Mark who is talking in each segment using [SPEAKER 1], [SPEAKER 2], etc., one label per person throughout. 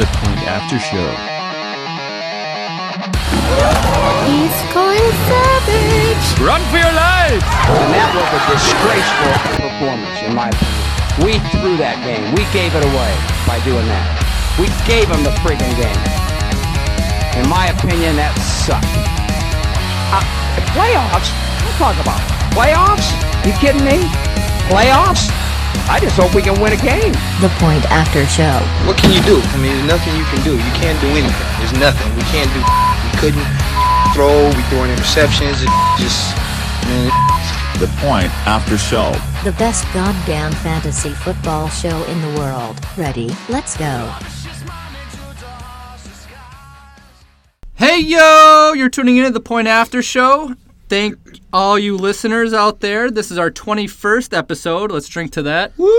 [SPEAKER 1] The Point After Show.
[SPEAKER 2] He's going savage.
[SPEAKER 1] Run for your lives!
[SPEAKER 3] And that was a disgraceful performance, in my opinion. We threw that game. We gave it away by doing that. We gave them the freaking game. In my opinion, that sucked. Uh, playoffs? What talk about? Playoffs? You kidding me? Playoffs? I just hope we can win a game.
[SPEAKER 4] The Point After Show.
[SPEAKER 5] What can you do? I mean, there's nothing you can do. You can't do anything. There's nothing. We can't do. We couldn't throw. We throwing interceptions. It just, man,
[SPEAKER 6] The Point After Show.
[SPEAKER 4] The best goddamn fantasy football show in the world. Ready? Let's go.
[SPEAKER 7] Hey yo, you're tuning in to the Point After Show. Thank all you listeners out there. This is our 21st episode. Let's drink to that. Woo!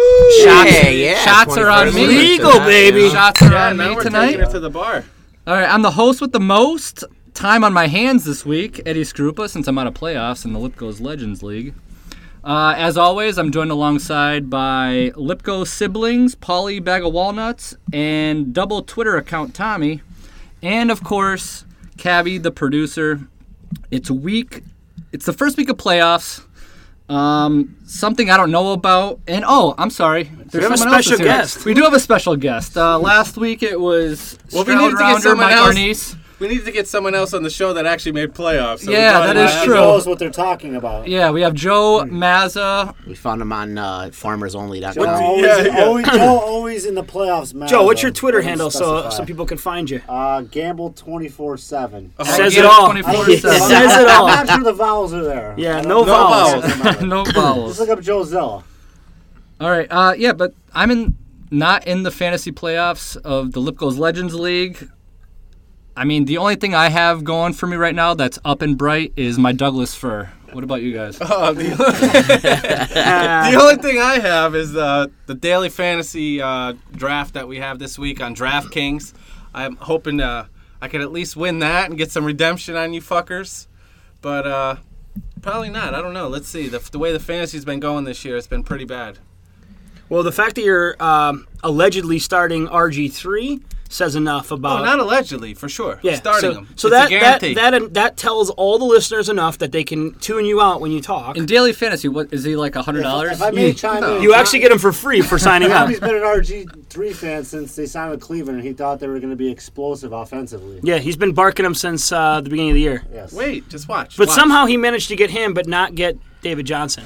[SPEAKER 7] Shots,
[SPEAKER 3] Yeah, yeah,
[SPEAKER 7] shots are on
[SPEAKER 3] 21st.
[SPEAKER 7] me.
[SPEAKER 3] Legal,
[SPEAKER 7] baby. Shots are on me tonight.
[SPEAKER 8] to the bar.
[SPEAKER 7] All right, I'm the host with the most time on my hands this week, Eddie Scrupa, since I'm out of playoffs in the Lipko's Legends League. Uh, as always, I'm joined alongside by Lipko siblings, Polly Bag of Walnuts, and double Twitter account Tommy, and of course, Cabby, the producer. It's week. It's the first week of playoffs. Um, something I don't know about, and oh, I'm sorry. There's
[SPEAKER 8] have a
[SPEAKER 7] someone else
[SPEAKER 8] special
[SPEAKER 7] that's here.
[SPEAKER 8] guest.
[SPEAKER 7] We do have a special guest. Uh, last week it was
[SPEAKER 8] Well, we
[SPEAKER 7] Stroud
[SPEAKER 8] needed to get
[SPEAKER 7] rounder
[SPEAKER 8] someone
[SPEAKER 7] Mike
[SPEAKER 8] else.
[SPEAKER 7] Arnese.
[SPEAKER 8] We need to get someone else on the show that actually made playoffs. So we
[SPEAKER 7] Yeah,
[SPEAKER 8] thought
[SPEAKER 7] that is
[SPEAKER 8] about-
[SPEAKER 7] true.
[SPEAKER 9] knows what they're talking about.
[SPEAKER 7] Yeah, we have Joe
[SPEAKER 8] Hmm.
[SPEAKER 7] Mazza.
[SPEAKER 10] We found him on uh,
[SPEAKER 9] Joe,
[SPEAKER 10] farmersonly.com.
[SPEAKER 9] always,
[SPEAKER 8] Yeah, yeah.
[SPEAKER 9] Always, Joe always in the playoffs, man.
[SPEAKER 8] Joe, what's your
[SPEAKER 9] though.
[SPEAKER 8] Twitter
[SPEAKER 9] Let me
[SPEAKER 8] handle so
[SPEAKER 9] specify.
[SPEAKER 8] so people can find you?
[SPEAKER 9] Uh, gamble twenty four seven.
[SPEAKER 8] Says
[SPEAKER 7] Give
[SPEAKER 8] it
[SPEAKER 7] us
[SPEAKER 8] all.
[SPEAKER 7] 24
[SPEAKER 9] Says
[SPEAKER 7] seconds.
[SPEAKER 8] it all.
[SPEAKER 9] I'm not sure the vowels are there.
[SPEAKER 8] Yeah,
[SPEAKER 9] I don't
[SPEAKER 8] no
[SPEAKER 9] know.
[SPEAKER 8] vowels.
[SPEAKER 7] no
[SPEAKER 9] Let's
[SPEAKER 7] balls.
[SPEAKER 9] look up Joe Zilla.
[SPEAKER 7] All right. Uh, yeah, but I'm in not in the fantasy playoffs of the Lipko's Legends League. I mean, the only thing I have going for me right now that's up and bright is my Douglas fir. What about you guys?
[SPEAKER 8] Oh, the, the only thing I have is uh, the daily fantasy uh, draft that we have this week on DraftKings. I'm hoping uh, I can at least win that and get some redemption on you fuckers, but uh, probably not. I don't know. Let's see. The, the way the fantasy's been going this year, it's been pretty bad.
[SPEAKER 11] Well, the fact that you're um, allegedly starting RG3 says enough about.
[SPEAKER 8] Oh, not allegedly, for sure.
[SPEAKER 11] yeah,
[SPEAKER 8] starting
[SPEAKER 11] so,
[SPEAKER 8] them.
[SPEAKER 11] So
[SPEAKER 8] it's
[SPEAKER 11] that,
[SPEAKER 8] a guarantee.
[SPEAKER 11] that that that tells all the listeners enough that they can tune you out when you talk.
[SPEAKER 7] In daily fantasy, what is he like a hundred dollars?
[SPEAKER 9] If I may chime in,
[SPEAKER 11] you actually get them for free for signing up.
[SPEAKER 9] Tommy's been an RG three fan since they signed with Cleveland, and he thought they were going to be explosive offensively.
[SPEAKER 11] Yeah, he's been barking them since uh, the beginning of the year.
[SPEAKER 9] Yes.
[SPEAKER 8] Wait, just watch.
[SPEAKER 11] But
[SPEAKER 8] watch.
[SPEAKER 11] somehow he managed to get him, but not get David Johnson.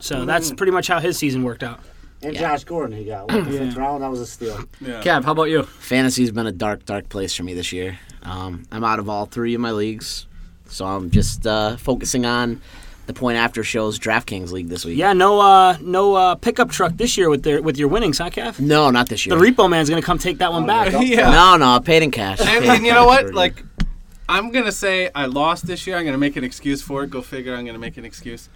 [SPEAKER 11] So that's pretty much how his season worked out.
[SPEAKER 9] And Josh Gordon, he got with the fifth round. That was a steal.
[SPEAKER 7] Cab, how about you?
[SPEAKER 10] Fantasy's been a dark, dark place for me this year. Um, I'm out of all three of my leagues, so I'm just uh, focusing on the point after shows DraftKings league this week.
[SPEAKER 11] Yeah, no, uh, no uh, pickup truck this year with their with your winnings, huh, Kev?
[SPEAKER 10] No, not this
[SPEAKER 11] The
[SPEAKER 10] year.
[SPEAKER 11] repo man's gonna come take that one back.
[SPEAKER 8] yeah.
[SPEAKER 10] no, no, I paid in cash.
[SPEAKER 8] And,
[SPEAKER 10] Paid in
[SPEAKER 8] and you
[SPEAKER 10] cash
[SPEAKER 8] know what?
[SPEAKER 10] already.
[SPEAKER 8] Like, I'm gonna say I lost this year. I'm gonna make an excuse for it. Go figure. I'm gonna make an excuse.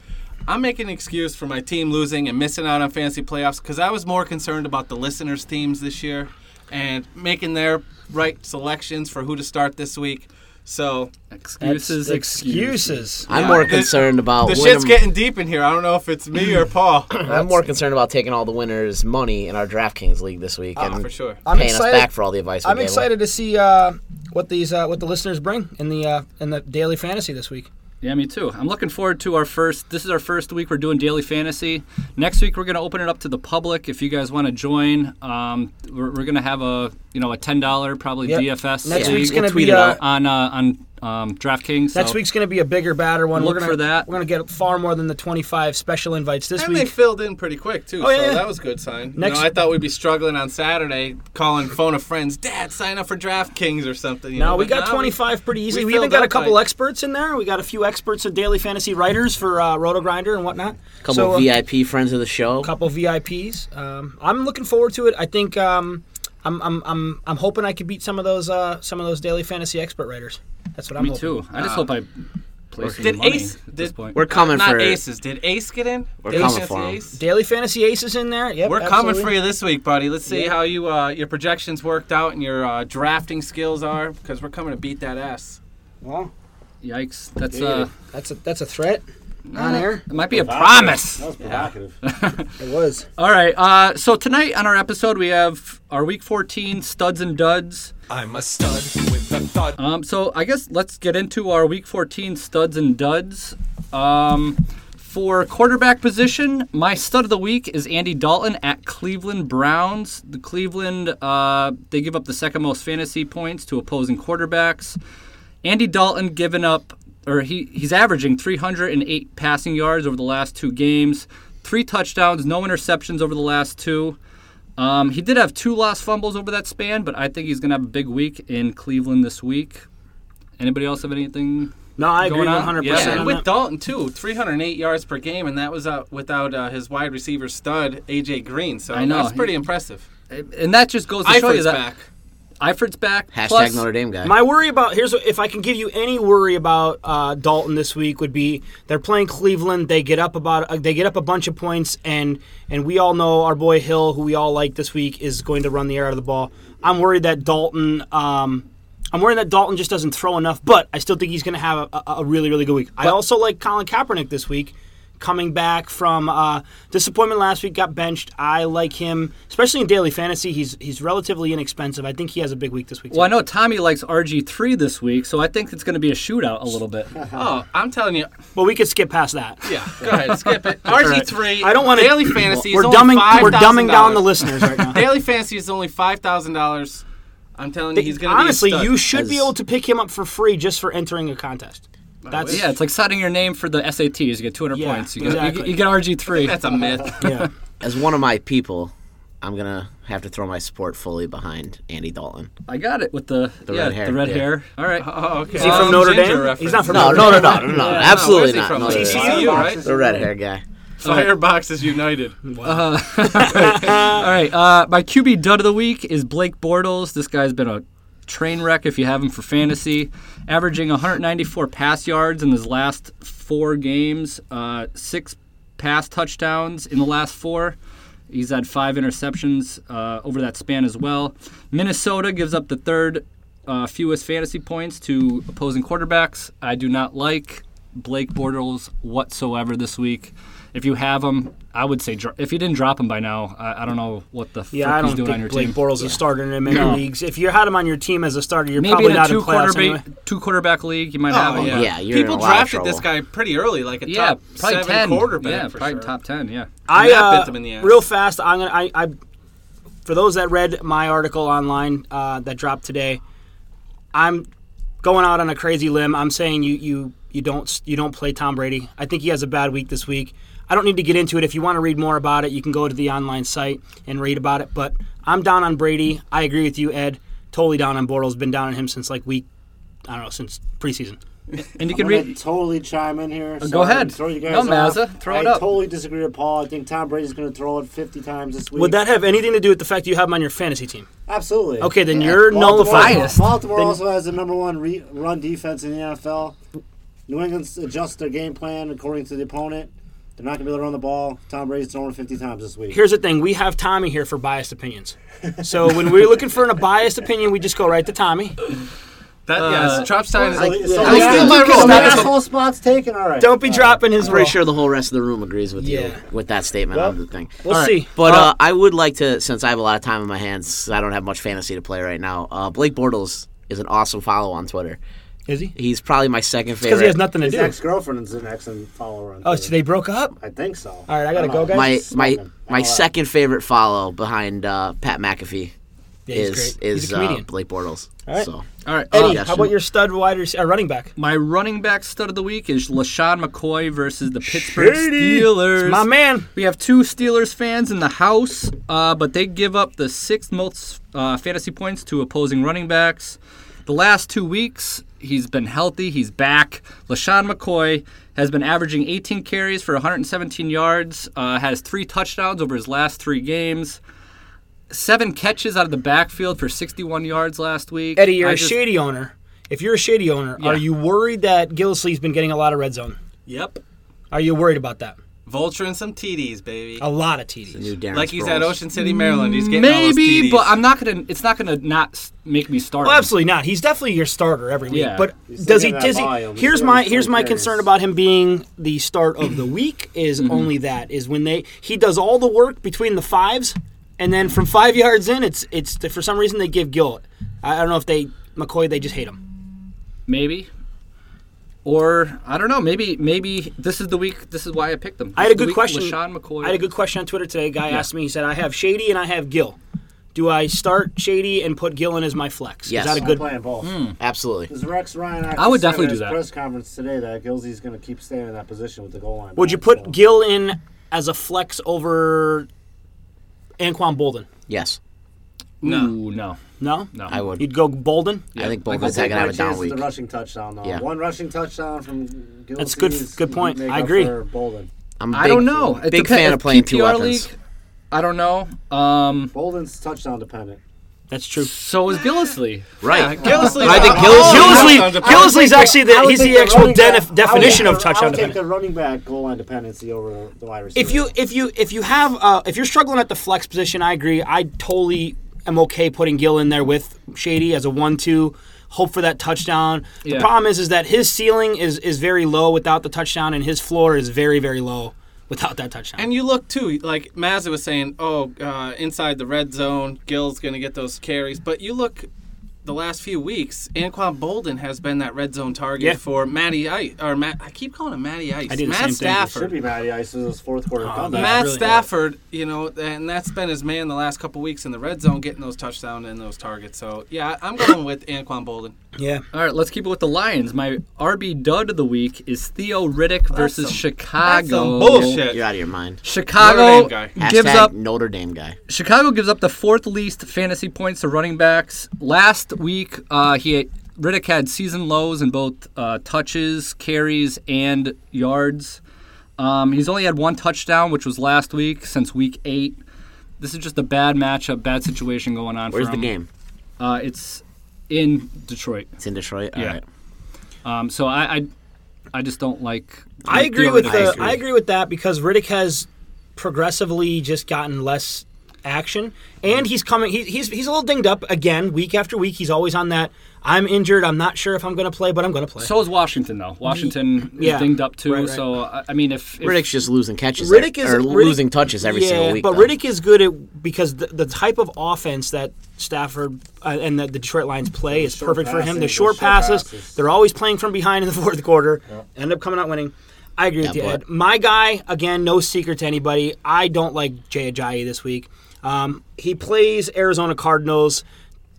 [SPEAKER 8] I'm making an excuse for my team losing and missing out on fantasy playoffs because I was more concerned about the listeners' teams this year and making their right selections for who to start this week. So
[SPEAKER 7] Excuses,
[SPEAKER 11] Excuses.
[SPEAKER 10] I'm
[SPEAKER 8] yeah,
[SPEAKER 10] more
[SPEAKER 8] the-
[SPEAKER 10] concerned about
[SPEAKER 8] the
[SPEAKER 10] when
[SPEAKER 8] shit's
[SPEAKER 10] I'm-
[SPEAKER 8] getting deep in here. I don't know if it's me or Paul.
[SPEAKER 10] I'm more concerned about taking all the winners' money in our DraftKings league this week
[SPEAKER 8] Ah,
[SPEAKER 10] and
[SPEAKER 8] for sure.
[SPEAKER 10] paying
[SPEAKER 11] excited-
[SPEAKER 10] us back for all the advice. We
[SPEAKER 11] I'm
[SPEAKER 10] gave 'em.
[SPEAKER 11] excited to see uh, what these uh, what the listeners bring in the uh, in the daily fantasy this week.
[SPEAKER 7] Yeah, me too. I'm looking forward to our first. This is our first week we're doing daily fantasy. Next week we're going to open it up to the public. If you guys want to join, um, we're, we're going to have a you know a ten dollar probably
[SPEAKER 11] Yep.
[SPEAKER 7] DFS.
[SPEAKER 11] Next
[SPEAKER 7] league
[SPEAKER 11] week's gonna
[SPEAKER 7] We'll tweet
[SPEAKER 11] be,
[SPEAKER 7] it
[SPEAKER 11] uh,
[SPEAKER 7] out on uh, on um, DraftKings. so-
[SPEAKER 11] Next week's going to be a bigger, badder one.
[SPEAKER 7] Look
[SPEAKER 11] we're gonna,
[SPEAKER 7] for that.
[SPEAKER 11] We're going to get far more than the 25 special invites this
[SPEAKER 8] And they
[SPEAKER 11] week.
[SPEAKER 8] filled in pretty quick too,
[SPEAKER 11] Oh, yeah,
[SPEAKER 8] so
[SPEAKER 11] yeah.
[SPEAKER 8] that was a good sign. You
[SPEAKER 11] Next-
[SPEAKER 8] know, I thought we'd be struggling on Saturday, calling phone of friends, Dad, sign up for DraftKings or something. You
[SPEAKER 11] Now
[SPEAKER 8] know,
[SPEAKER 11] we
[SPEAKER 8] but
[SPEAKER 11] got
[SPEAKER 8] now
[SPEAKER 11] 25 pretty easy.
[SPEAKER 8] we
[SPEAKER 11] We, even
[SPEAKER 8] filled
[SPEAKER 11] got a
[SPEAKER 8] up,
[SPEAKER 11] couple
[SPEAKER 8] like-
[SPEAKER 11] experts in there. We got a few experts of daily fantasy writers for uh, Roto Grinder and whatnot.
[SPEAKER 10] Couple
[SPEAKER 11] so, uh,
[SPEAKER 10] VIP friends of the show.
[SPEAKER 11] couple VIPs. Um, I'm looking forward to it. I think um, I'm, I'm, I'm, I'm hoping I could beat some of those uh, some of those daily fantasy expert writers. That's what I'm
[SPEAKER 7] me
[SPEAKER 11] hoping.
[SPEAKER 7] too. I just hope I play some
[SPEAKER 8] Did
[SPEAKER 7] money
[SPEAKER 8] Ace-
[SPEAKER 7] at
[SPEAKER 8] did-
[SPEAKER 7] this point.
[SPEAKER 10] We're coming
[SPEAKER 8] Not
[SPEAKER 10] for
[SPEAKER 8] aces. Did Ace get in? We're
[SPEAKER 10] coming for him.
[SPEAKER 11] Daily fantasy aces in there. Yep,
[SPEAKER 8] We're coming for
[SPEAKER 11] absolutely.
[SPEAKER 8] you this week, buddy. Let's see how you uh, your projections worked out and your uh, drafting skills are, because we're coming to beat that ass.
[SPEAKER 11] Wow,
[SPEAKER 7] Yikes! That's uh,
[SPEAKER 11] that's a that's a threat. On air?
[SPEAKER 7] It might be a promise.
[SPEAKER 11] That was provocative. it was.
[SPEAKER 7] All right. Uh, so tonight on our episode, we have our week 14 studs and duds. I'm a stud with a thud. Um, so I guess let's get into our week 14 studs and duds. Um, for quarterback position, my stud of the week is Andy Dalton at Cleveland Browns. The Cleveland, uh, they give up the second most fantasy points to opposing quarterbacks. Andy Dalton given up, or he, he's averaging 308 passing yards over the last two games, three touchdowns, no interceptions over the last two. Um, he did have two lost fumbles over that span, but I think he's going to have a big week in Cleveland this week. Anybody else have anything?
[SPEAKER 11] No, I
[SPEAKER 7] going
[SPEAKER 11] agree
[SPEAKER 7] on?
[SPEAKER 11] 100%
[SPEAKER 7] Yeah.
[SPEAKER 11] on
[SPEAKER 8] And with
[SPEAKER 11] that.
[SPEAKER 8] Dalton too, 308 yards per game, and that was uh, without uh, his wide receiver stud AJ Green. So
[SPEAKER 7] I know.
[SPEAKER 8] that's pretty impressive.
[SPEAKER 7] And that just goes to show you
[SPEAKER 8] Eifert's
[SPEAKER 7] that
[SPEAKER 8] back.
[SPEAKER 7] Eifert's back.
[SPEAKER 10] Hashtag
[SPEAKER 7] plus-
[SPEAKER 10] Notre Dame guy.
[SPEAKER 11] My worry about here's what, if I can give you any worry about uh, Dalton this week would be they're playing Cleveland. They get up about uh, they get up a bunch of points, and and we all know our boy Hill, who we all like this week, is going to run the air out of the ball. I'm worried that Dalton. Um, I'm worried that Dalton just doesn't throw enough, but I still think he's going to have a, a- a really really good week. I also like Colin Kaepernick this week. Coming back from uh, disappointment last week, got benched. I like him, especially in daily fantasy. He's he's relatively inexpensive. I think he has a big week this week.
[SPEAKER 7] Well, I know Tommy likes RG3 this week, so I think it's going to be a shootout a little bit.
[SPEAKER 8] Oh, I'm telling you.
[SPEAKER 11] Well, we could skip past that.
[SPEAKER 8] Yeah, go ahead, skip it. RG3.
[SPEAKER 11] I don't wanna-
[SPEAKER 8] Daily fantasy. is
[SPEAKER 11] We're
[SPEAKER 8] only
[SPEAKER 11] dumbing- we're dumbing down the
[SPEAKER 8] $5,000.
[SPEAKER 11] listeners right now.
[SPEAKER 8] Daily fantasy is only five thousand dollars. I'm telling you, he's gonna
[SPEAKER 11] Honestly,
[SPEAKER 8] Be a stud.
[SPEAKER 11] you should be able to pick him up for free just for entering a contest. That's
[SPEAKER 7] yeah, it's like signing your name for the SATs. You get 200
[SPEAKER 11] Yeah,
[SPEAKER 7] points. You get,
[SPEAKER 11] exactly.
[SPEAKER 7] you, get RG3.
[SPEAKER 8] That's a myth.
[SPEAKER 11] yeah.
[SPEAKER 10] As one of my people, I'm gonna have to throw my support fully behind Andy Dalton.
[SPEAKER 7] I got it with the,
[SPEAKER 10] The
[SPEAKER 7] yeah,
[SPEAKER 10] red hair,
[SPEAKER 7] The red
[SPEAKER 10] yeah.
[SPEAKER 7] hair. All right.
[SPEAKER 8] Oh, okay.
[SPEAKER 11] Is he from Notre Dame? He's not from
[SPEAKER 10] No,
[SPEAKER 11] Notre
[SPEAKER 10] Oh, no, no,
[SPEAKER 11] Dame.
[SPEAKER 10] no, no, no,
[SPEAKER 8] Yeah, where's
[SPEAKER 10] absolutely
[SPEAKER 8] he
[SPEAKER 10] not.
[SPEAKER 8] from?
[SPEAKER 10] No, no, no,
[SPEAKER 8] TCU,
[SPEAKER 10] no.
[SPEAKER 8] right?
[SPEAKER 10] The red hair guy.
[SPEAKER 8] Firebox is united.
[SPEAKER 7] Uh, all right. Uh, my QB dud of the week is Blake Bortles. This guy's been a train wreck if you have him for fantasy, averaging 194 pass yards in his last four games, uh, six pass touchdowns in the last four. He's had five interceptions uh, over that span as well. Minnesota gives up the third uh, fewest fantasy points to opposing quarterbacks. I do not like Blake Bortles whatsoever this week. If you have him, I would say dro- if you didn't drop him by now, I, I don't know what the
[SPEAKER 11] Yeah,
[SPEAKER 7] frick
[SPEAKER 11] I
[SPEAKER 7] he's
[SPEAKER 11] don't
[SPEAKER 7] doing on your
[SPEAKER 11] think Blake
[SPEAKER 7] team.
[SPEAKER 11] Bortles is starting in many
[SPEAKER 7] No.
[SPEAKER 11] leagues. If you had him on your team as a starter, you're
[SPEAKER 7] Maybe
[SPEAKER 11] probably
[SPEAKER 7] in a
[SPEAKER 11] not
[SPEAKER 7] two
[SPEAKER 11] in playoffs
[SPEAKER 7] quarterback
[SPEAKER 11] anyway.
[SPEAKER 7] two quarterback league, you might have
[SPEAKER 8] Oh,
[SPEAKER 7] him.
[SPEAKER 8] People drafted this guy pretty early, like a
[SPEAKER 7] Yeah,
[SPEAKER 8] top
[SPEAKER 7] probably 10.
[SPEAKER 8] seven quarterback.
[SPEAKER 7] Yeah,
[SPEAKER 8] for
[SPEAKER 7] probably
[SPEAKER 8] sure.
[SPEAKER 7] top ten. Yeah.
[SPEAKER 11] I
[SPEAKER 8] Matt
[SPEAKER 11] uh,
[SPEAKER 8] bit them in the ass.
[SPEAKER 11] real fast. I'm gonna. I, I for those that read my article online uh, that dropped today, I'm going out on a crazy limb. I'm saying you you you don't you don't play Tom Brady. I think he has a bad week this week. I don't need to get into it. If you want to read more about it, you can go to the online site and read about it. But I'm down on Brady. I agree with you, Ed. Totally down on Bortles. Been down on him since like week. I don't know since preseason.
[SPEAKER 7] And you
[SPEAKER 11] can
[SPEAKER 7] can
[SPEAKER 11] read-
[SPEAKER 7] read.
[SPEAKER 9] I totally chime in here.
[SPEAKER 11] Go
[SPEAKER 9] Sorry,
[SPEAKER 11] ahead.
[SPEAKER 9] Throw you
[SPEAKER 11] No,
[SPEAKER 9] guys
[SPEAKER 11] Mazza,
[SPEAKER 9] off.
[SPEAKER 11] throw it
[SPEAKER 9] I
[SPEAKER 11] up.
[SPEAKER 9] totally disagree with Paul. I think Tom Brady's going to throw it 50 times this week.
[SPEAKER 11] Would that have anything to do with the fact you have him on your fantasy team?
[SPEAKER 9] Absolutely.
[SPEAKER 11] Okay, then you're nullified.
[SPEAKER 9] Baltimore
[SPEAKER 11] Then-
[SPEAKER 9] also has the number one re- run defense in the NFL. New England's adjusts their game plan according to the opponent. They're not going to be able to run the ball. Tom Brady's throwing it 50 times this week.
[SPEAKER 11] Here's the thing: we have Tommy here for biased opinions. So when we're looking for a biased opinion, we just go right to Tommy.
[SPEAKER 8] That
[SPEAKER 11] uh,
[SPEAKER 8] yes, Tropstein is
[SPEAKER 9] So-
[SPEAKER 8] like.
[SPEAKER 9] so
[SPEAKER 8] I
[SPEAKER 9] we
[SPEAKER 8] was
[SPEAKER 9] got-
[SPEAKER 8] still my
[SPEAKER 9] so
[SPEAKER 8] role.
[SPEAKER 9] the asshole Oh, spot's taken. All right.
[SPEAKER 11] Don't be dropping his.
[SPEAKER 10] I'm pretty
[SPEAKER 11] roll.
[SPEAKER 10] sure the whole rest of the room agrees with
[SPEAKER 11] Yeah.
[SPEAKER 10] you with that statement on the thing.
[SPEAKER 11] we'll
[SPEAKER 10] All
[SPEAKER 11] see.
[SPEAKER 10] But
[SPEAKER 11] Uh,
[SPEAKER 10] uh, I would like to, since I have a lot of time on my hands, I don't have much fantasy to play right now. Uh, Blake Bortles is an awesome follow on Twitter.
[SPEAKER 11] Is he?
[SPEAKER 10] He's probably my second favorite.
[SPEAKER 11] because he has nothing to
[SPEAKER 9] His
[SPEAKER 11] do.
[SPEAKER 9] ex girlfriend's an excellent follower. On
[SPEAKER 11] Oh, so they broke up.
[SPEAKER 9] I think so. All
[SPEAKER 11] right, I gotta go, guys.
[SPEAKER 10] my my my
[SPEAKER 9] Follow up.
[SPEAKER 10] second favorite follow behind uh, Pat McAfee
[SPEAKER 11] Yeah, he's
[SPEAKER 10] is
[SPEAKER 11] great. He's
[SPEAKER 10] is
[SPEAKER 11] a comedian.
[SPEAKER 10] uh, Blake Bortles.
[SPEAKER 11] All right.
[SPEAKER 10] So
[SPEAKER 7] All right.
[SPEAKER 11] Eddie,
[SPEAKER 7] uh,
[SPEAKER 11] how about your stud wide receiver, uh, running back?
[SPEAKER 7] My running back stud of the week is LaShawn McCoy versus the Pittsburgh Steelers.
[SPEAKER 11] It's my man.
[SPEAKER 7] We have two Steelers fans in the house, uh, but they give up the sixth most uh, fantasy points to opposing running backs. The last two weeks, he's been healthy. He's back. LaShawn McCoy has been averaging 18 carries for 117 yards, uh, has three touchdowns over his last three games, seven catches out of the backfield for 61 yards last week.
[SPEAKER 11] Eddie, you're
[SPEAKER 7] I
[SPEAKER 11] a
[SPEAKER 7] just-
[SPEAKER 11] shady owner. If you're a shady owner,
[SPEAKER 7] Yeah.
[SPEAKER 11] are you worried that Gillislee's been getting a lot of red zone?
[SPEAKER 8] Yep.
[SPEAKER 11] Are you worried about that?
[SPEAKER 8] Vulturing some TDs, baby.
[SPEAKER 11] A lot of TDs.
[SPEAKER 10] new Darren
[SPEAKER 8] Like he's at
[SPEAKER 10] Sproles.
[SPEAKER 8] Ocean City, Maryland. He's getting all those
[SPEAKER 7] Maybe,
[SPEAKER 8] TDs.
[SPEAKER 7] but I'm not gonna. It's not gonna not s- make me start.
[SPEAKER 11] Well, absolutely not. He's definitely your starter every week.
[SPEAKER 7] Yeah.
[SPEAKER 11] But
[SPEAKER 7] He's still
[SPEAKER 11] does he?
[SPEAKER 7] got that
[SPEAKER 11] Does he?
[SPEAKER 7] volume. He's
[SPEAKER 11] Here's
[SPEAKER 7] still
[SPEAKER 11] my
[SPEAKER 7] got
[SPEAKER 11] here's my
[SPEAKER 7] players.
[SPEAKER 11] concern about him being the start of the week is
[SPEAKER 7] Mm-hmm.
[SPEAKER 11] only that is when they he does all the work between the fives, and then from five yards in, it's it's for some reason they give Gillett. I I don't know if they McCoy they just hate him.
[SPEAKER 7] Maybe. Or I don't know. Maybe maybe this is the week. This is why I picked them.
[SPEAKER 11] I had a
[SPEAKER 7] This is the
[SPEAKER 11] good
[SPEAKER 7] week
[SPEAKER 11] question.
[SPEAKER 7] LaShawn McCoy.
[SPEAKER 11] I had a good question on Twitter today. A guy
[SPEAKER 7] Yeah.
[SPEAKER 11] asked me. He said, "I have Shady and I have Gill. Do I start Shady and put Gill in as my flex?
[SPEAKER 10] Yes.
[SPEAKER 11] Is that a
[SPEAKER 10] I'm
[SPEAKER 11] good
[SPEAKER 9] playing both.
[SPEAKER 11] Hmm.
[SPEAKER 10] Absolutely.
[SPEAKER 9] Because Rex Ryan
[SPEAKER 11] I would
[SPEAKER 9] actually said
[SPEAKER 11] definitely
[SPEAKER 9] in
[SPEAKER 11] do
[SPEAKER 9] his
[SPEAKER 11] that.
[SPEAKER 9] press conference today that Gilsey's going to keep staying in that position with the goal line.
[SPEAKER 11] Would you put Gill in as a flex over Anquan Bolden?
[SPEAKER 10] Yes.
[SPEAKER 7] No. no.
[SPEAKER 11] No?
[SPEAKER 7] No.
[SPEAKER 10] I would.
[SPEAKER 11] You'd go Bolden?
[SPEAKER 10] I think
[SPEAKER 9] I'll
[SPEAKER 10] Bolden's not
[SPEAKER 9] take
[SPEAKER 10] gonna have
[SPEAKER 9] my
[SPEAKER 10] a down
[SPEAKER 9] chances with
[SPEAKER 10] week.
[SPEAKER 9] The rushing touchdown, though.
[SPEAKER 10] Yeah.
[SPEAKER 9] One rushing touchdown from Gilsey's
[SPEAKER 11] That's good- good point.
[SPEAKER 9] make
[SPEAKER 11] I
[SPEAKER 9] up
[SPEAKER 11] agree.
[SPEAKER 9] for Bolden.
[SPEAKER 10] I'm a
[SPEAKER 7] I
[SPEAKER 10] big-
[SPEAKER 7] don't know. It
[SPEAKER 10] Big
[SPEAKER 7] depen-
[SPEAKER 10] fan
[SPEAKER 7] if
[SPEAKER 10] of playing two
[SPEAKER 7] PPR
[SPEAKER 10] weapons.
[SPEAKER 7] league, I don't know. Um,
[SPEAKER 9] Bolden's touchdown dependent.
[SPEAKER 11] That's true.
[SPEAKER 7] So is Gillisley.
[SPEAKER 10] Right.
[SPEAKER 7] Yeah, Gillislee-
[SPEAKER 10] I think
[SPEAKER 7] Oh,
[SPEAKER 10] Gillisley-
[SPEAKER 7] touchdown dependent.
[SPEAKER 11] Gillisley's actually the-
[SPEAKER 9] I would
[SPEAKER 11] he's
[SPEAKER 9] take
[SPEAKER 11] the actual
[SPEAKER 9] running
[SPEAKER 11] def-
[SPEAKER 9] back- I would
[SPEAKER 11] definition
[SPEAKER 9] take
[SPEAKER 11] of
[SPEAKER 9] the-
[SPEAKER 11] touchdown
[SPEAKER 9] I would take
[SPEAKER 11] dependent.
[SPEAKER 9] the running back goal line dependency over the wide receiver.
[SPEAKER 11] If you if you if you have uh, if you're struggling at the flex position, I agree. I totally am okay putting Gill in there with Shady as a one-two. Hope for that touchdown.
[SPEAKER 7] Yeah.
[SPEAKER 11] The problem is is that his ceiling is is very low without the touchdown, and his floor is very very low without that touchdown.
[SPEAKER 8] And you look too, like Mazza was saying, oh, uh, inside the red zone, Gill's going to get those carries. But you look the last few weeks, Anquan Bolden has been that red zone target
[SPEAKER 11] Yeah.
[SPEAKER 8] for Matty Ice. Or Matt, I keep calling him Matty Ice.
[SPEAKER 11] I did the
[SPEAKER 8] Matt
[SPEAKER 11] same thing.
[SPEAKER 8] Stafford.
[SPEAKER 9] should be Matty Ice's his fourth
[SPEAKER 11] Oh,
[SPEAKER 9] quarter
[SPEAKER 7] Oh,
[SPEAKER 9] comeback.
[SPEAKER 8] Matt Stafford, you know, and that's been his man the last couple weeks in the red zone, getting those touchdowns and those targets. So, yeah, I'm going with Anquan Bolden.
[SPEAKER 11] Yeah.
[SPEAKER 7] All right, let's keep it with the Lions. My RB dud of the week is Theo Riddick versus
[SPEAKER 8] some-
[SPEAKER 7] Chicago.
[SPEAKER 10] You're out of your mind.
[SPEAKER 7] Chicago gives
[SPEAKER 10] Hashtag
[SPEAKER 7] up
[SPEAKER 10] Notre Dame guy.
[SPEAKER 7] Chicago gives up the fourth least fantasy points to running backs. Last week, uh, he had, Riddick had season lows in both uh, touches, carries, and yards. Um, he's only had one touchdown, which was last week since week eight. This is just a bad matchup, bad situation going on.
[SPEAKER 10] Where's
[SPEAKER 7] for
[SPEAKER 10] the
[SPEAKER 7] him.
[SPEAKER 10] game?
[SPEAKER 7] Uh, it's in Detroit.
[SPEAKER 10] It's in Detroit. All
[SPEAKER 7] yeah.
[SPEAKER 10] right.
[SPEAKER 7] Um, so I, I, I just don't like.
[SPEAKER 11] I
[SPEAKER 7] the
[SPEAKER 11] agree with
[SPEAKER 7] Riddick
[SPEAKER 11] the,
[SPEAKER 7] this
[SPEAKER 11] I
[SPEAKER 7] week.
[SPEAKER 11] agree with that because Riddick has progressively just gotten less action, and he's coming. He, he's he's a little dinged up again, week after week. He's always on that. I'm injured. I'm not sure if I'm going to play, but I'm going to play.
[SPEAKER 7] So is Washington though. Washington
[SPEAKER 11] Yeah.
[SPEAKER 7] is dinged up too.
[SPEAKER 11] Right, right.
[SPEAKER 7] So I, I mean, if, if
[SPEAKER 10] Riddick's just losing catches.
[SPEAKER 11] Riddick is
[SPEAKER 10] or
[SPEAKER 11] Riddick-
[SPEAKER 10] losing touches every
[SPEAKER 11] yeah,
[SPEAKER 10] single week.
[SPEAKER 11] But
[SPEAKER 10] though.
[SPEAKER 11] Riddick is good at because the, the type of offense that Stafford uh, and the, the Detroit Lions play is
[SPEAKER 9] short
[SPEAKER 11] perfect for him.
[SPEAKER 9] passes,
[SPEAKER 11] The short,
[SPEAKER 9] the short
[SPEAKER 11] passes,
[SPEAKER 9] passes.
[SPEAKER 11] they're always playing from behind in the fourth quarter, end up coming out winning. I agree with
[SPEAKER 10] Yeah,
[SPEAKER 11] you,
[SPEAKER 10] but-
[SPEAKER 11] Ed. My guy, again, no secret to anybody. I don't like Jay Ajayi this week. Um, he plays Arizona Cardinals.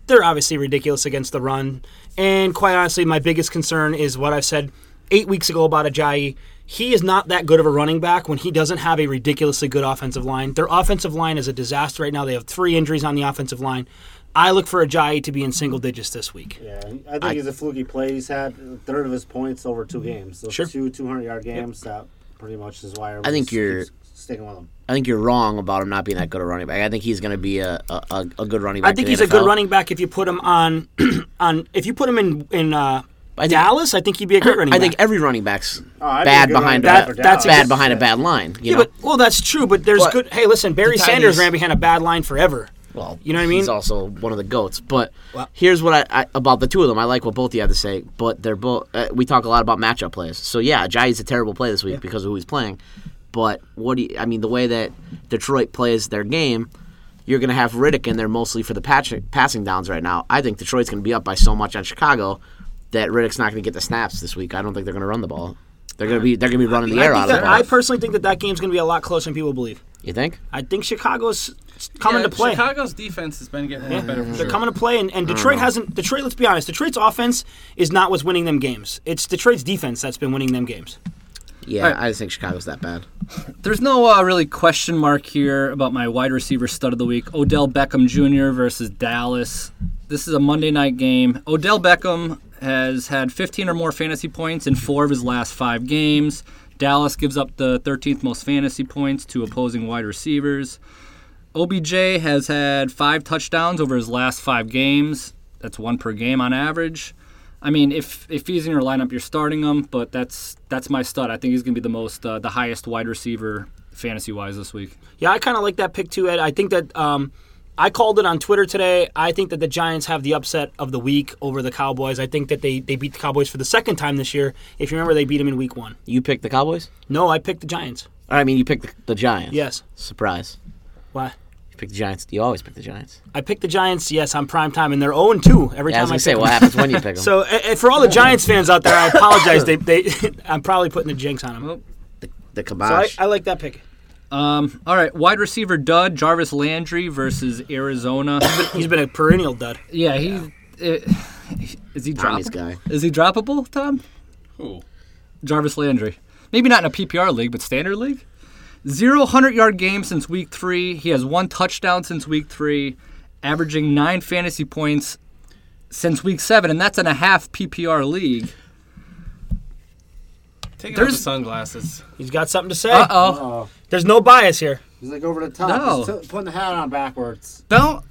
[SPEAKER 11] They're obviously ridiculous against the run. And quite honestly, my biggest concern is what I've said eight weeks ago about Ajayi. He is not that good of a running back when he doesn't have a ridiculously good offensive line. Their offensive line is a disaster right now. They have three injuries on the offensive line. I look for Ajayi to be in single digits this week.
[SPEAKER 9] Yeah, I think he's a fluky play. He's had a third of his points over two games. So
[SPEAKER 11] Sure.
[SPEAKER 9] two 200 yard games. That pretty much is why everybody
[SPEAKER 10] think
[SPEAKER 9] just
[SPEAKER 10] you're-
[SPEAKER 9] keeps sticking with him.
[SPEAKER 10] I think you're wrong about him not being that good a running back. I think he's going to be a, a, a, a good running back.
[SPEAKER 11] I think
[SPEAKER 10] in
[SPEAKER 11] he's
[SPEAKER 10] the
[SPEAKER 11] a good
[SPEAKER 10] NFL.
[SPEAKER 11] running back if you put him on on if you put him in in uh, Dallas. I think he'd be a great running.
[SPEAKER 10] I
[SPEAKER 11] back.
[SPEAKER 10] think every running back's
[SPEAKER 9] I'd be Oh, a
[SPEAKER 10] bad
[SPEAKER 9] good
[SPEAKER 10] behind
[SPEAKER 9] running back
[SPEAKER 10] a,
[SPEAKER 9] for
[SPEAKER 10] that's
[SPEAKER 9] Dallas.
[SPEAKER 10] bad behind a bad line.
[SPEAKER 11] yeah,
[SPEAKER 10] You know,
[SPEAKER 11] but well, that's true. But there's
[SPEAKER 10] But
[SPEAKER 11] good. Hey, listen, Barry
[SPEAKER 10] the
[SPEAKER 11] Sanders
[SPEAKER 10] Titans-
[SPEAKER 11] ran behind a bad line forever.
[SPEAKER 10] well,
[SPEAKER 11] you know what I mean?
[SPEAKER 10] He's also one of the goats. But
[SPEAKER 11] Well-
[SPEAKER 10] here's what I, I about the two of them. I like what both you had to say, but they're both. Uh, we talk a lot about matchup plays. So yeah, Ajayi's a terrible play this week because of who he's playing. But what do you, I mean? The way that Detroit plays their game, you're going to have Riddick in there mostly for the patch, passing downs right now. I think Detroit's going to be up by so much on Chicago that Riddick's not going to get the snaps this week. I don't think they're going to run the ball. They're going to be they're going to be running the
[SPEAKER 11] I,
[SPEAKER 10] air
[SPEAKER 11] think
[SPEAKER 10] out of the
[SPEAKER 11] that, I
[SPEAKER 10] ball.
[SPEAKER 11] personally think that that game's going to be a lot closer than people believe.
[SPEAKER 10] you think?
[SPEAKER 11] I think Chicago's coming
[SPEAKER 8] Yeah,
[SPEAKER 11] to play.
[SPEAKER 8] Chicago's defense has been getting a lot better for
[SPEAKER 11] They're
[SPEAKER 8] sure.
[SPEAKER 11] coming to play, and, and Detroit hasn't. Detroit, let's be honest, Detroit's offense is not what's winning them games. It's Detroit's defense that's been winning them games.
[SPEAKER 10] Yeah, I just think Chicago's that bad.
[SPEAKER 7] There's no uh, really question mark here about my wide receiver stud of the week, Odell Beckham Jr. versus Dallas. This is a Monday night game. Odell Beckham has had 15 or more fantasy points in four of his last five games. Dallas gives up the 13th most fantasy points to opposing wide receivers. OBJ has had five touchdowns over his last five games. That's one per game on average. I mean, if if he's in your lineup, you're starting him. But that's that's my stud. I think he's going to be the most uh, the highest wide receiver fantasy wise this week.
[SPEAKER 11] Yeah, I kind of like that pick too, Ed. I think that um, I called it on Twitter today. I think that the Giants have the upset of the week over the Cowboys. I think that they, they beat the Cowboys for the second time this year. If you remember, they beat them in week one.
[SPEAKER 10] You picked the Cowboys?
[SPEAKER 11] No, I picked the Giants.
[SPEAKER 10] I mean, you picked the, the Giants.
[SPEAKER 11] Yes.
[SPEAKER 10] Surprise.
[SPEAKER 11] Why?
[SPEAKER 10] You picked the Giants. You always pick the Giants.
[SPEAKER 11] I picked the Giants, yes, on prime time, and they're 0 2 every
[SPEAKER 10] Yeah, I
[SPEAKER 11] time
[SPEAKER 10] was gonna
[SPEAKER 11] I
[SPEAKER 10] say,
[SPEAKER 11] pick
[SPEAKER 10] what
[SPEAKER 11] them.
[SPEAKER 10] happens when you pick 'em?
[SPEAKER 11] So, a- a- for all the Giants fans out there, I apologize. they, they, I'm probably putting the jinx on them.
[SPEAKER 10] The
[SPEAKER 11] So I, I like that pick.
[SPEAKER 7] Um, all right, wide receiver dud Jarvis Landry versus Arizona.
[SPEAKER 11] he's been a perennial dud.
[SPEAKER 7] Yeah, he it- is he
[SPEAKER 10] Tommy's
[SPEAKER 7] droppable?
[SPEAKER 10] guy.
[SPEAKER 7] Is he droppable, Tom?
[SPEAKER 8] Who?
[SPEAKER 7] Jarvis Landry. Maybe not in a PPR league, but standard league. Zero 100 yard game since week three. He has one touchdown since week three, averaging nine fantasy points since week seven, and that's in a half PPR league.
[SPEAKER 8] Take
[SPEAKER 7] There's-
[SPEAKER 8] off the sunglasses.
[SPEAKER 11] He's got something to say.
[SPEAKER 7] Uh-oh.
[SPEAKER 11] There's no bias here.
[SPEAKER 9] He's like over the top.
[SPEAKER 7] No.
[SPEAKER 9] He's t- putting the hat on backwards.
[SPEAKER 8] Don't.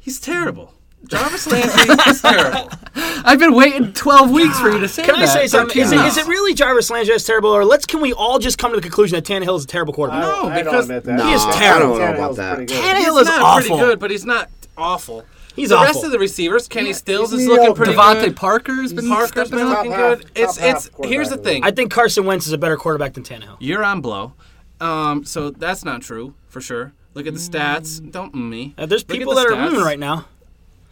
[SPEAKER 8] He's terrible. Jarvis Landry is terrible.
[SPEAKER 7] I've been waiting 12 weeks for you to say
[SPEAKER 11] Can I
[SPEAKER 7] that.
[SPEAKER 11] say something? Is it,
[SPEAKER 7] Yeah.
[SPEAKER 11] is it really Jarvis Landry is terrible, or let's can we all just come to the conclusion that Tannehill is a terrible quarterback?
[SPEAKER 8] No,
[SPEAKER 9] I don't
[SPEAKER 8] because
[SPEAKER 9] admit that.
[SPEAKER 11] He is
[SPEAKER 9] Nah,
[SPEAKER 11] terrible.
[SPEAKER 9] Tannehill's
[SPEAKER 10] I don't know about that.
[SPEAKER 9] pretty good.
[SPEAKER 11] Tannehill
[SPEAKER 8] he's
[SPEAKER 11] is
[SPEAKER 8] not
[SPEAKER 11] awful.
[SPEAKER 8] pretty good, but he's not awful.
[SPEAKER 11] He's
[SPEAKER 8] the
[SPEAKER 11] awful.
[SPEAKER 8] rest of the receivers, Kenny Stills
[SPEAKER 9] he's
[SPEAKER 8] is looking
[SPEAKER 9] mediocre.
[SPEAKER 8] pretty
[SPEAKER 7] Devontae
[SPEAKER 8] good.
[SPEAKER 7] Parker's been
[SPEAKER 8] Parker's
[SPEAKER 7] stepping
[SPEAKER 8] been
[SPEAKER 7] up.
[SPEAKER 9] Top
[SPEAKER 8] looking
[SPEAKER 9] half-
[SPEAKER 8] good. It's
[SPEAKER 9] top half
[SPEAKER 8] it's here's the
[SPEAKER 9] quarterback.
[SPEAKER 8] thing.
[SPEAKER 11] I think Carson Wentz is a better quarterback than Tannehill.
[SPEAKER 8] You're on blow. Um, so that's not true for sure. Look at the stats. Don't mm me.
[SPEAKER 11] Uh, there's
[SPEAKER 8] Look at
[SPEAKER 11] people
[SPEAKER 8] the
[SPEAKER 11] that are
[SPEAKER 8] stats.
[SPEAKER 11] mm right now.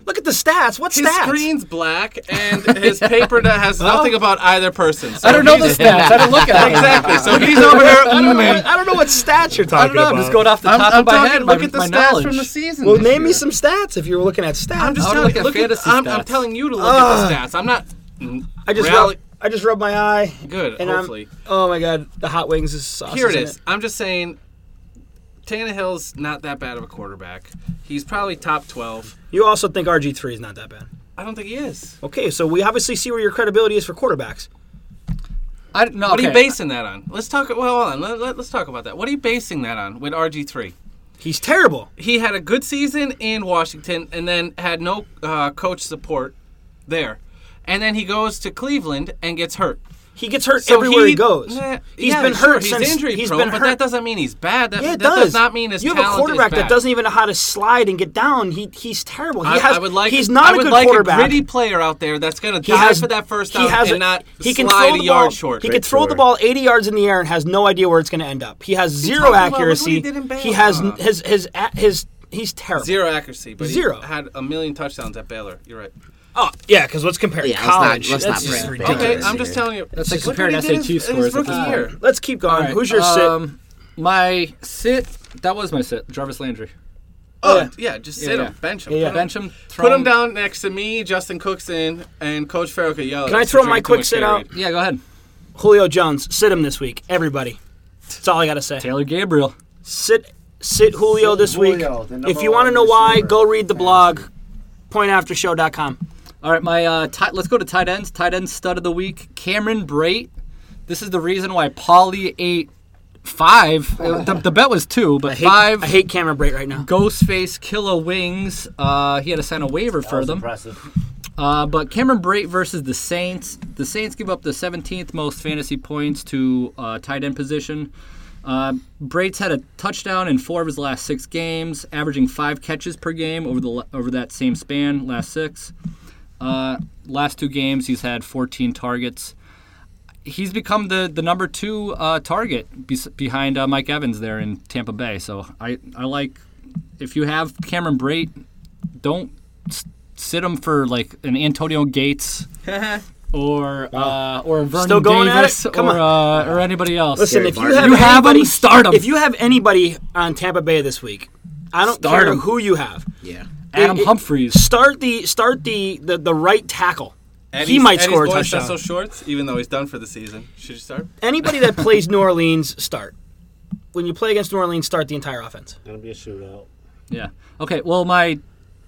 [SPEAKER 11] Look at the stats. What
[SPEAKER 8] His
[SPEAKER 11] stats?
[SPEAKER 8] screen's black and his paper that has nothing about either person. So
[SPEAKER 7] I don't know the
[SPEAKER 8] he's-
[SPEAKER 7] stats. I don't look at it.
[SPEAKER 8] Exactly. So he's over here.
[SPEAKER 11] I don't, know
[SPEAKER 8] mm-ing.
[SPEAKER 11] what, I don't know what stats you're talking
[SPEAKER 7] I don't know. I'm
[SPEAKER 11] about.
[SPEAKER 7] just going off the
[SPEAKER 8] I'm,
[SPEAKER 7] top
[SPEAKER 8] I'm
[SPEAKER 7] of my
[SPEAKER 8] talking.
[SPEAKER 7] head.
[SPEAKER 8] look
[SPEAKER 7] my,
[SPEAKER 8] at the
[SPEAKER 7] my
[SPEAKER 8] stats
[SPEAKER 7] knowledge.
[SPEAKER 8] from the season.
[SPEAKER 11] well,
[SPEAKER 8] this
[SPEAKER 11] name me
[SPEAKER 8] year.
[SPEAKER 11] some stats if you were looking at stats.
[SPEAKER 8] I'm just
[SPEAKER 7] I would look
[SPEAKER 8] telling you.
[SPEAKER 7] at
[SPEAKER 8] Look at,
[SPEAKER 7] fantasy
[SPEAKER 8] I'm,
[SPEAKER 7] stats.
[SPEAKER 8] I'm telling you to look at the stats. I'm not. mm,
[SPEAKER 11] I just
[SPEAKER 8] reali-
[SPEAKER 11] rub, I just rubbed my eye.
[SPEAKER 8] Good,
[SPEAKER 11] And
[SPEAKER 8] hopefully.
[SPEAKER 11] I'm, oh my god, the hot wings is sauce.
[SPEAKER 8] Here it
[SPEAKER 11] isn't
[SPEAKER 8] is. I'm just saying, Tannehill's not that bad of a quarterback. He's probably top 12.
[SPEAKER 11] You also think RG three is not that bad.
[SPEAKER 8] I don't think he is.
[SPEAKER 11] Okay, so we obviously see where your credibility is for quarterbacks.
[SPEAKER 7] I, no,
[SPEAKER 8] What are you
[SPEAKER 7] okay.
[SPEAKER 8] basing that on? Let's talk. Well, hold on. Let, let, us talk about that. What are you basing that on with RG3?
[SPEAKER 11] He's terrible.
[SPEAKER 8] He had a good season in Washington and then had no uh, coach support there. And then he goes to Cleveland and gets hurt.
[SPEAKER 11] He gets hurt
[SPEAKER 8] So
[SPEAKER 11] everywhere he, goes.
[SPEAKER 8] Nah,
[SPEAKER 11] He's
[SPEAKER 8] yeah,
[SPEAKER 11] been
[SPEAKER 8] sure,
[SPEAKER 11] hurt
[SPEAKER 8] he's
[SPEAKER 11] since
[SPEAKER 8] injury
[SPEAKER 11] he's
[SPEAKER 8] prone,
[SPEAKER 11] been
[SPEAKER 8] but
[SPEAKER 11] hurt.
[SPEAKER 8] that doesn't mean he's bad. That,
[SPEAKER 11] Yeah, it
[SPEAKER 8] that
[SPEAKER 11] does.
[SPEAKER 8] not mean his
[SPEAKER 11] You have a
[SPEAKER 8] talent is
[SPEAKER 11] quarterback that
[SPEAKER 8] bad.
[SPEAKER 11] doesn't even know how to slide and get down. He he's terrible. He
[SPEAKER 8] I,
[SPEAKER 11] has.
[SPEAKER 8] I would like.
[SPEAKER 11] he's not
[SPEAKER 8] I
[SPEAKER 11] a
[SPEAKER 8] would
[SPEAKER 11] good
[SPEAKER 8] like
[SPEAKER 11] quarterback.
[SPEAKER 8] A gritty player out there that's going to
[SPEAKER 11] he
[SPEAKER 8] dive
[SPEAKER 11] has
[SPEAKER 8] for that first
[SPEAKER 11] he
[SPEAKER 8] down
[SPEAKER 11] has
[SPEAKER 8] and
[SPEAKER 11] a-
[SPEAKER 8] not
[SPEAKER 11] he can
[SPEAKER 8] slide
[SPEAKER 11] throw
[SPEAKER 8] a
[SPEAKER 11] the
[SPEAKER 8] yard
[SPEAKER 11] ball,
[SPEAKER 8] short.
[SPEAKER 11] He can throw the ball 80 yards in the air and has no idea where it's going to end up. He has zero
[SPEAKER 8] talking about? Look what
[SPEAKER 11] accuracy.
[SPEAKER 8] he did in Baylor.
[SPEAKER 11] has n- his his a- his he's terrible.
[SPEAKER 8] Zero accuracy, but
[SPEAKER 11] Zero.
[SPEAKER 8] he had a million touchdowns at Baylor. You're right.
[SPEAKER 11] Oh yeah, because let's compare
[SPEAKER 10] Yeah, let's not-
[SPEAKER 11] college.
[SPEAKER 10] let's
[SPEAKER 11] That's
[SPEAKER 10] not
[SPEAKER 11] just
[SPEAKER 10] brag.
[SPEAKER 11] ridiculous.
[SPEAKER 8] Okay,
[SPEAKER 10] Baylor.
[SPEAKER 8] I'm just telling you.
[SPEAKER 7] That's like
[SPEAKER 8] Look what
[SPEAKER 7] comparing
[SPEAKER 8] he did
[SPEAKER 7] SAT
[SPEAKER 8] in his- in
[SPEAKER 7] scores
[SPEAKER 8] his
[SPEAKER 7] at
[SPEAKER 8] rookie
[SPEAKER 7] this point.
[SPEAKER 8] year.
[SPEAKER 11] Let's keep going.
[SPEAKER 7] Alright,
[SPEAKER 11] Who's your sit?
[SPEAKER 7] um, My sit. That was my sit. Jarvis Landry.
[SPEAKER 8] Oh yeah, just sit
[SPEAKER 7] Yeah,
[SPEAKER 8] him, bench him,
[SPEAKER 11] Yeah, yeah.
[SPEAKER 8] put him-
[SPEAKER 7] Bench him. Throw
[SPEAKER 8] Put him down next to me, Justin Cookson, and Coach Farrell could yell. at
[SPEAKER 11] Can I
[SPEAKER 8] us
[SPEAKER 11] throw
[SPEAKER 8] for
[SPEAKER 11] my
[SPEAKER 8] drinking too
[SPEAKER 11] quick
[SPEAKER 8] much
[SPEAKER 11] sit out?
[SPEAKER 8] Gatorade.
[SPEAKER 7] Yeah, go ahead.
[SPEAKER 11] Julio Jones, sit him this week. Everybody. That's all I gotta say.
[SPEAKER 7] Taylor Gabriel.
[SPEAKER 11] Sit sit Julio
[SPEAKER 9] Sit
[SPEAKER 11] this
[SPEAKER 9] Julio, the
[SPEAKER 11] week.
[SPEAKER 9] number
[SPEAKER 11] If you want to
[SPEAKER 9] one
[SPEAKER 11] know why,
[SPEAKER 9] receiver.
[SPEAKER 11] go read the blog, pointaftershow.com.
[SPEAKER 7] All right, my uh, ti- let's go to tight ends. Tight end stud of the week, Cameron Brait. This is the reason why Paulie ate five. Uh, the, the bet was two, but
[SPEAKER 11] Hate-
[SPEAKER 7] five.
[SPEAKER 11] I hate Cameron Brate right now.
[SPEAKER 7] Ghostface Killer Wings. Uh, he had to sign a waiver for them.
[SPEAKER 9] Impressive.
[SPEAKER 7] Uh, but Cameron Brate versus the Saints. The Saints give up the 17th most fantasy points to uh, tight end position. Uh, Brate's had a touchdown in four of his last six games, averaging five catches per game over the over that same span, last six. Uh, last two games, he's had 14 targets. He's become the, the number two uh, target bes behind uh, Mike Evans there in Tampa Bay. So I, I like if you have Cameron Brate, don't s- sit him for like an Antonio Gates or uh, or a Vernon
[SPEAKER 11] Still going at
[SPEAKER 7] Davis
[SPEAKER 11] it? Come
[SPEAKER 7] or Uh, or anybody else.
[SPEAKER 11] Listen, if you have,
[SPEAKER 7] You have 'em,
[SPEAKER 11] anybody,
[SPEAKER 7] start 'em.
[SPEAKER 11] If you have anybody on Tampa Bay this week, I don't
[SPEAKER 7] Start
[SPEAKER 11] care
[SPEAKER 7] 'em.
[SPEAKER 11] who you have.
[SPEAKER 10] Yeah.
[SPEAKER 7] Adam
[SPEAKER 11] it- it-
[SPEAKER 7] Humphreys.
[SPEAKER 11] Start the start the the, the right tackle. he
[SPEAKER 8] Eddie's-
[SPEAKER 11] might
[SPEAKER 8] Eddie's
[SPEAKER 11] score a
[SPEAKER 8] boy
[SPEAKER 11] touchdown.
[SPEAKER 8] Cecil Shorts, even though he's done for the season. Should you start?
[SPEAKER 11] anybody that plays New Orleans, start. When you play against New Orleans, start the entire offense.
[SPEAKER 9] Gonna be a shootout.
[SPEAKER 7] Yeah. Okay. Well, my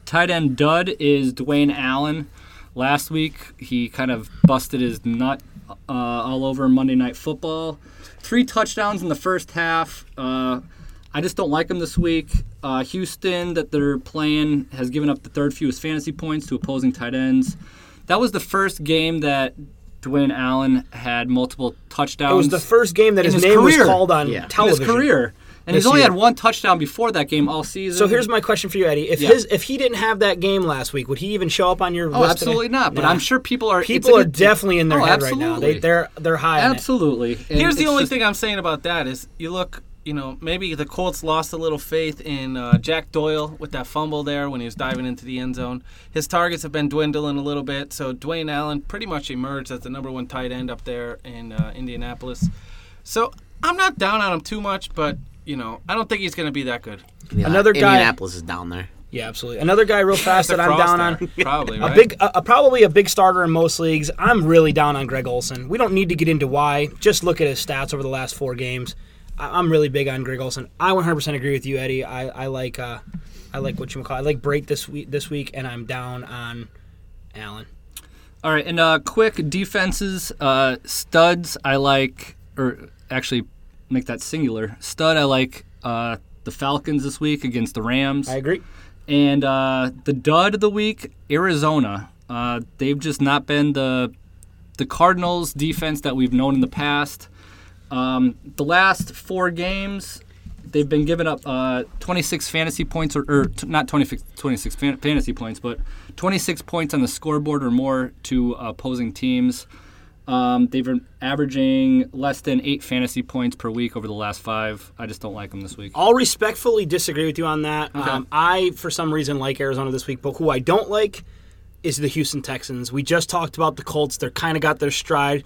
[SPEAKER 7] tight end dud is Dwayne Allen. Last week, he kind of busted his nut uh, all over Monday Night Football. Three touchdowns in the first half. Uh, I just don't like him this week. Uh, Houston, that they're playing, has given up the third fewest fantasy points to opposing tight ends. That was the first game that Dwayne Allen had multiple touchdowns.
[SPEAKER 11] It was the first game that
[SPEAKER 7] in
[SPEAKER 11] his name was
[SPEAKER 7] career.
[SPEAKER 11] called on
[SPEAKER 7] In
[SPEAKER 11] television
[SPEAKER 7] his career, and he's
[SPEAKER 11] this
[SPEAKER 7] only
[SPEAKER 11] year.
[SPEAKER 7] had one touchdown before that game all season.
[SPEAKER 11] So here's my question for you, Eddie. If
[SPEAKER 7] Yeah.
[SPEAKER 11] his if he didn't have that game last week, would he even show up on your
[SPEAKER 7] Oh,
[SPEAKER 11] list
[SPEAKER 7] absolutely
[SPEAKER 11] today?
[SPEAKER 7] not. But
[SPEAKER 11] Nah.
[SPEAKER 7] I'm sure people are. it's
[SPEAKER 11] people
[SPEAKER 7] a
[SPEAKER 11] are
[SPEAKER 7] good-
[SPEAKER 11] definitely in their
[SPEAKER 7] oh,
[SPEAKER 11] head right now. They,
[SPEAKER 7] absolutely.
[SPEAKER 11] they're they're high. on it.
[SPEAKER 7] Absolutely. And
[SPEAKER 8] Here's the
[SPEAKER 7] it's
[SPEAKER 8] only
[SPEAKER 7] just-
[SPEAKER 8] thing I'm saying about that is you look, you know, maybe the Colts lost a little faith in uh, Jack Doyle with that fumble there when he was diving into the end zone. His targets have been dwindling a little bit, so Dwayne Allen pretty much emerged as the number one tight end up there in uh, Indianapolis. So I'm not down on him too much, but you know, I don't think he's going to be that good.
[SPEAKER 11] Another guy-
[SPEAKER 10] Indianapolis is down there.
[SPEAKER 11] Yeah, absolutely. Another guy real fast that I'm
[SPEAKER 8] Across
[SPEAKER 11] down
[SPEAKER 8] there,
[SPEAKER 11] on.
[SPEAKER 8] probably
[SPEAKER 11] A
[SPEAKER 8] right?
[SPEAKER 11] big, a, a- probably a big starter in most leagues. I'm really down on Greg Olson. We don't need to get into why. Just look at his stats over the last four games. I, I'm really big on Greg Olson. I 100% agree with you, Eddie. I, I like, uh, I like what you call. I like Brate this week, this week, and I'm down on Allen.
[SPEAKER 7] All right, and uh, quick defenses, uh, studs. I like, or actually, make that singular. Stud. I like uh, the Falcons this week against the Rams.
[SPEAKER 11] I agree.
[SPEAKER 7] And uh, the dud of the week, Arizona. Uh, they've just not been the the Cardinals defense that we've known in the past. Um, the last four games, they've been giving up uh, 26 fantasy points, or, or t- not 26, 26 fan- fantasy points, but 26 points on the scoreboard or more to opposing teams. Um, they've been averaging less than eight fantasy points per week over the last five. I just don't like them this week.
[SPEAKER 11] I'll respectfully disagree with you on that.
[SPEAKER 7] Okay.
[SPEAKER 11] Um, I, for some reason, like Arizona this week, but who I don't like is the Houston Texans. We just talked about the Colts. They're kind of got their stride.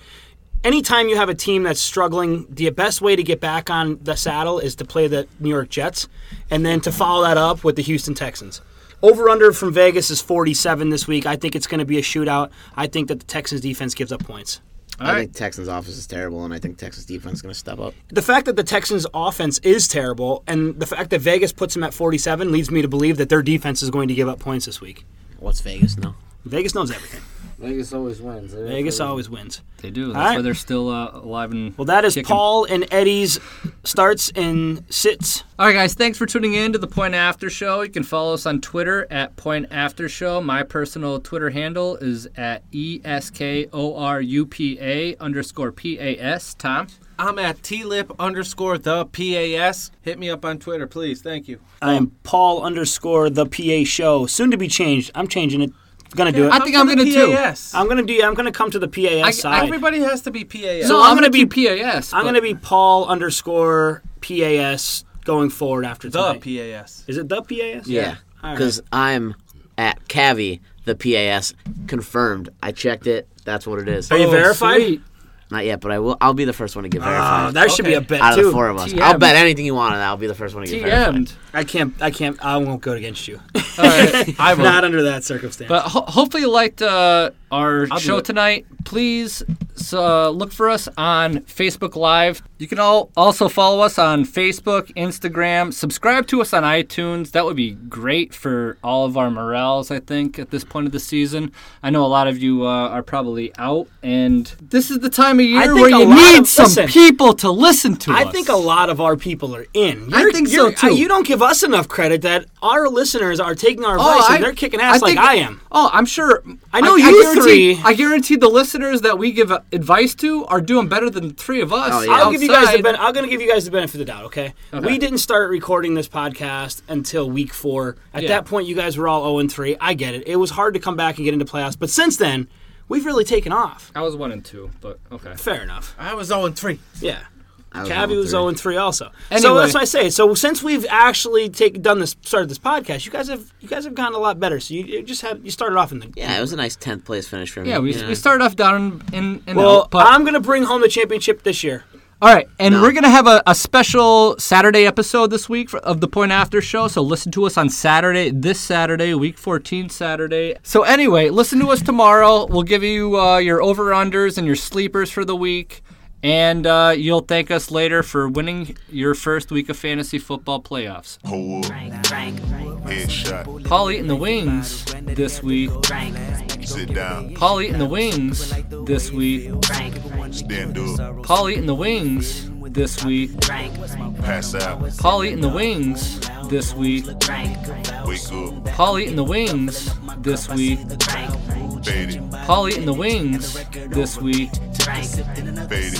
[SPEAKER 11] Anytime you have a team that's struggling, the best way to get back on the saddle is to play the New York Jets and then to follow that up with the Houston Texans. Over under from Vegas is 47 this week. I think it's going to be a shootout. I think that the Texans defense gives up points.
[SPEAKER 10] I think Texans offense is terrible, and I think Texas defense is going to step up.
[SPEAKER 11] The fact that the Texans' offense is terrible and the fact that Vegas puts them at 47 leads me to believe that their defense is going to give up points this week.
[SPEAKER 10] What's Vegas know?
[SPEAKER 11] Vegas knows everything.
[SPEAKER 9] Vegas always wins. They're
[SPEAKER 11] Vegas
[SPEAKER 9] always-
[SPEAKER 11] always wins.
[SPEAKER 7] They do. That's
[SPEAKER 11] All right.
[SPEAKER 7] why they're still uh, alive and
[SPEAKER 11] Well, that is
[SPEAKER 7] kicking.
[SPEAKER 11] Paul and Eddie's starts and sits.
[SPEAKER 7] All right, guys, thanks for tuning in to the Point After Show. You can follow us on Twitter at Point After Show. My personal Twitter handle is at E S K O R U P A underscore P A S. Tom?
[SPEAKER 8] I'm at tlip underscore the pas. Hit me up on Twitter, please. Thank you.
[SPEAKER 11] I am Paul underscore the PA show. Soon to be changed. I'm changing it. Gonna do it.
[SPEAKER 7] I think I'm
[SPEAKER 8] gonna do.
[SPEAKER 11] PAS. I'm gonna do. I'm gonna come to the PAS
[SPEAKER 8] I-
[SPEAKER 11] side.
[SPEAKER 8] everybody has to be pas.
[SPEAKER 11] So
[SPEAKER 7] No,
[SPEAKER 11] I'm
[SPEAKER 7] I'm
[SPEAKER 11] gonna
[SPEAKER 7] going to be
[SPEAKER 11] keep-
[SPEAKER 7] PAS.
[SPEAKER 11] I'm
[SPEAKER 7] but-
[SPEAKER 11] gonna be Paul underscore PAS going forward after
[SPEAKER 8] the
[SPEAKER 11] tonight.
[SPEAKER 8] pas.
[SPEAKER 11] Is it the PAS?
[SPEAKER 10] Yeah,
[SPEAKER 11] All right.
[SPEAKER 10] because I'm at Cavi, the PAS confirmed. I checked it. That's what it is.
[SPEAKER 11] Are you verified?
[SPEAKER 7] Sweet.
[SPEAKER 10] Not yet, but I will. I'll be the first one to get
[SPEAKER 11] Ah,
[SPEAKER 10] verified.
[SPEAKER 11] that should be a
[SPEAKER 7] Okay.
[SPEAKER 11] bet
[SPEAKER 10] Out of
[SPEAKER 11] too.
[SPEAKER 10] the four of us,
[SPEAKER 7] TM.
[SPEAKER 10] I'll bet anything you want, and I'll be the first one to get verified.
[SPEAKER 7] TM'd.
[SPEAKER 11] I can't. I can't. I won't go against you.
[SPEAKER 7] All right.
[SPEAKER 11] I'm not under that circumstance.
[SPEAKER 7] But ho- hopefully you liked uh, our
[SPEAKER 8] do
[SPEAKER 7] show
[SPEAKER 8] it.
[SPEAKER 7] tonight. Please uh, look for us on Facebook Live. You can all also follow us on Facebook, Instagram. Subscribe to us on iTunes. That would be great for all of our morels, I think, at this point of the season. I know a lot of you uh, are probably out, and this is the time of year
[SPEAKER 11] think
[SPEAKER 7] where
[SPEAKER 11] a
[SPEAKER 7] you
[SPEAKER 11] lot
[SPEAKER 7] need
[SPEAKER 11] of-
[SPEAKER 7] some
[SPEAKER 11] listen,
[SPEAKER 7] people to listen to
[SPEAKER 11] I
[SPEAKER 7] us.
[SPEAKER 11] think a lot of our people are in.
[SPEAKER 7] I
[SPEAKER 11] You're-
[SPEAKER 7] think so,
[SPEAKER 11] you're-
[SPEAKER 7] too.
[SPEAKER 11] You don't give us enough credit that our listeners are taking our advice and they're kicking ass like
[SPEAKER 7] Oh, think-
[SPEAKER 11] I am.
[SPEAKER 7] Oh, I'm sure.
[SPEAKER 11] I know you
[SPEAKER 7] guarantee-
[SPEAKER 11] three.
[SPEAKER 7] I guarantee the listeners that we give uh, advice to are doing better than the three of us.
[SPEAKER 10] Oh, yeah.
[SPEAKER 11] I'll give you guys the
[SPEAKER 7] outside.
[SPEAKER 11] ben- I'm gonna give you guys the benefit of the doubt. Okay?
[SPEAKER 7] Okay.
[SPEAKER 11] We didn't start recording this podcast until week four. At
[SPEAKER 7] Yeah.
[SPEAKER 11] that point, you guys were all zero and three. I get it. It was hard to come back and get into playoffs, but since then, we've really taken off.
[SPEAKER 7] I was one and two, but okay.
[SPEAKER 11] Fair enough.
[SPEAKER 8] I was 0 3.
[SPEAKER 11] Yeah.
[SPEAKER 10] was
[SPEAKER 11] Cavi was
[SPEAKER 10] 0-3.
[SPEAKER 11] 0 and 3 also. So
[SPEAKER 7] Anyway.
[SPEAKER 11] that's what I say. So since we've actually take, done this, started this podcast, you guys have you guys have gotten a lot better. So you, you just had you started off in the
[SPEAKER 10] Yeah, it was a nice tenth place finish for me.
[SPEAKER 7] Yeah, we,
[SPEAKER 10] you know.
[SPEAKER 7] we started off down in in, in
[SPEAKER 11] Well,
[SPEAKER 7] out, but-
[SPEAKER 11] I'm gonna bring home the championship this year.
[SPEAKER 7] all right, and we're gonna have a, a special Saturday episode this week for, of the Point After Show. So listen to us on Saturday, this Saturday, Week 14 Saturday. So anyway, listen to us tomorrow. We'll give you uh, your over unders and your sleepers for the week, and uh, you'll thank us later for winning your first week of fantasy football playoffs. Paul eating the wings this week.
[SPEAKER 12] Sit down,
[SPEAKER 7] Paul eating the wings this week.
[SPEAKER 12] then do it.
[SPEAKER 7] Paul eating the wings this week.
[SPEAKER 6] Pass out.
[SPEAKER 7] Paul eating the wings this week.
[SPEAKER 6] Wake up.
[SPEAKER 7] Paul eating the wings this week.
[SPEAKER 6] Faded.
[SPEAKER 7] Paul eating the wings this week.
[SPEAKER 6] Faded.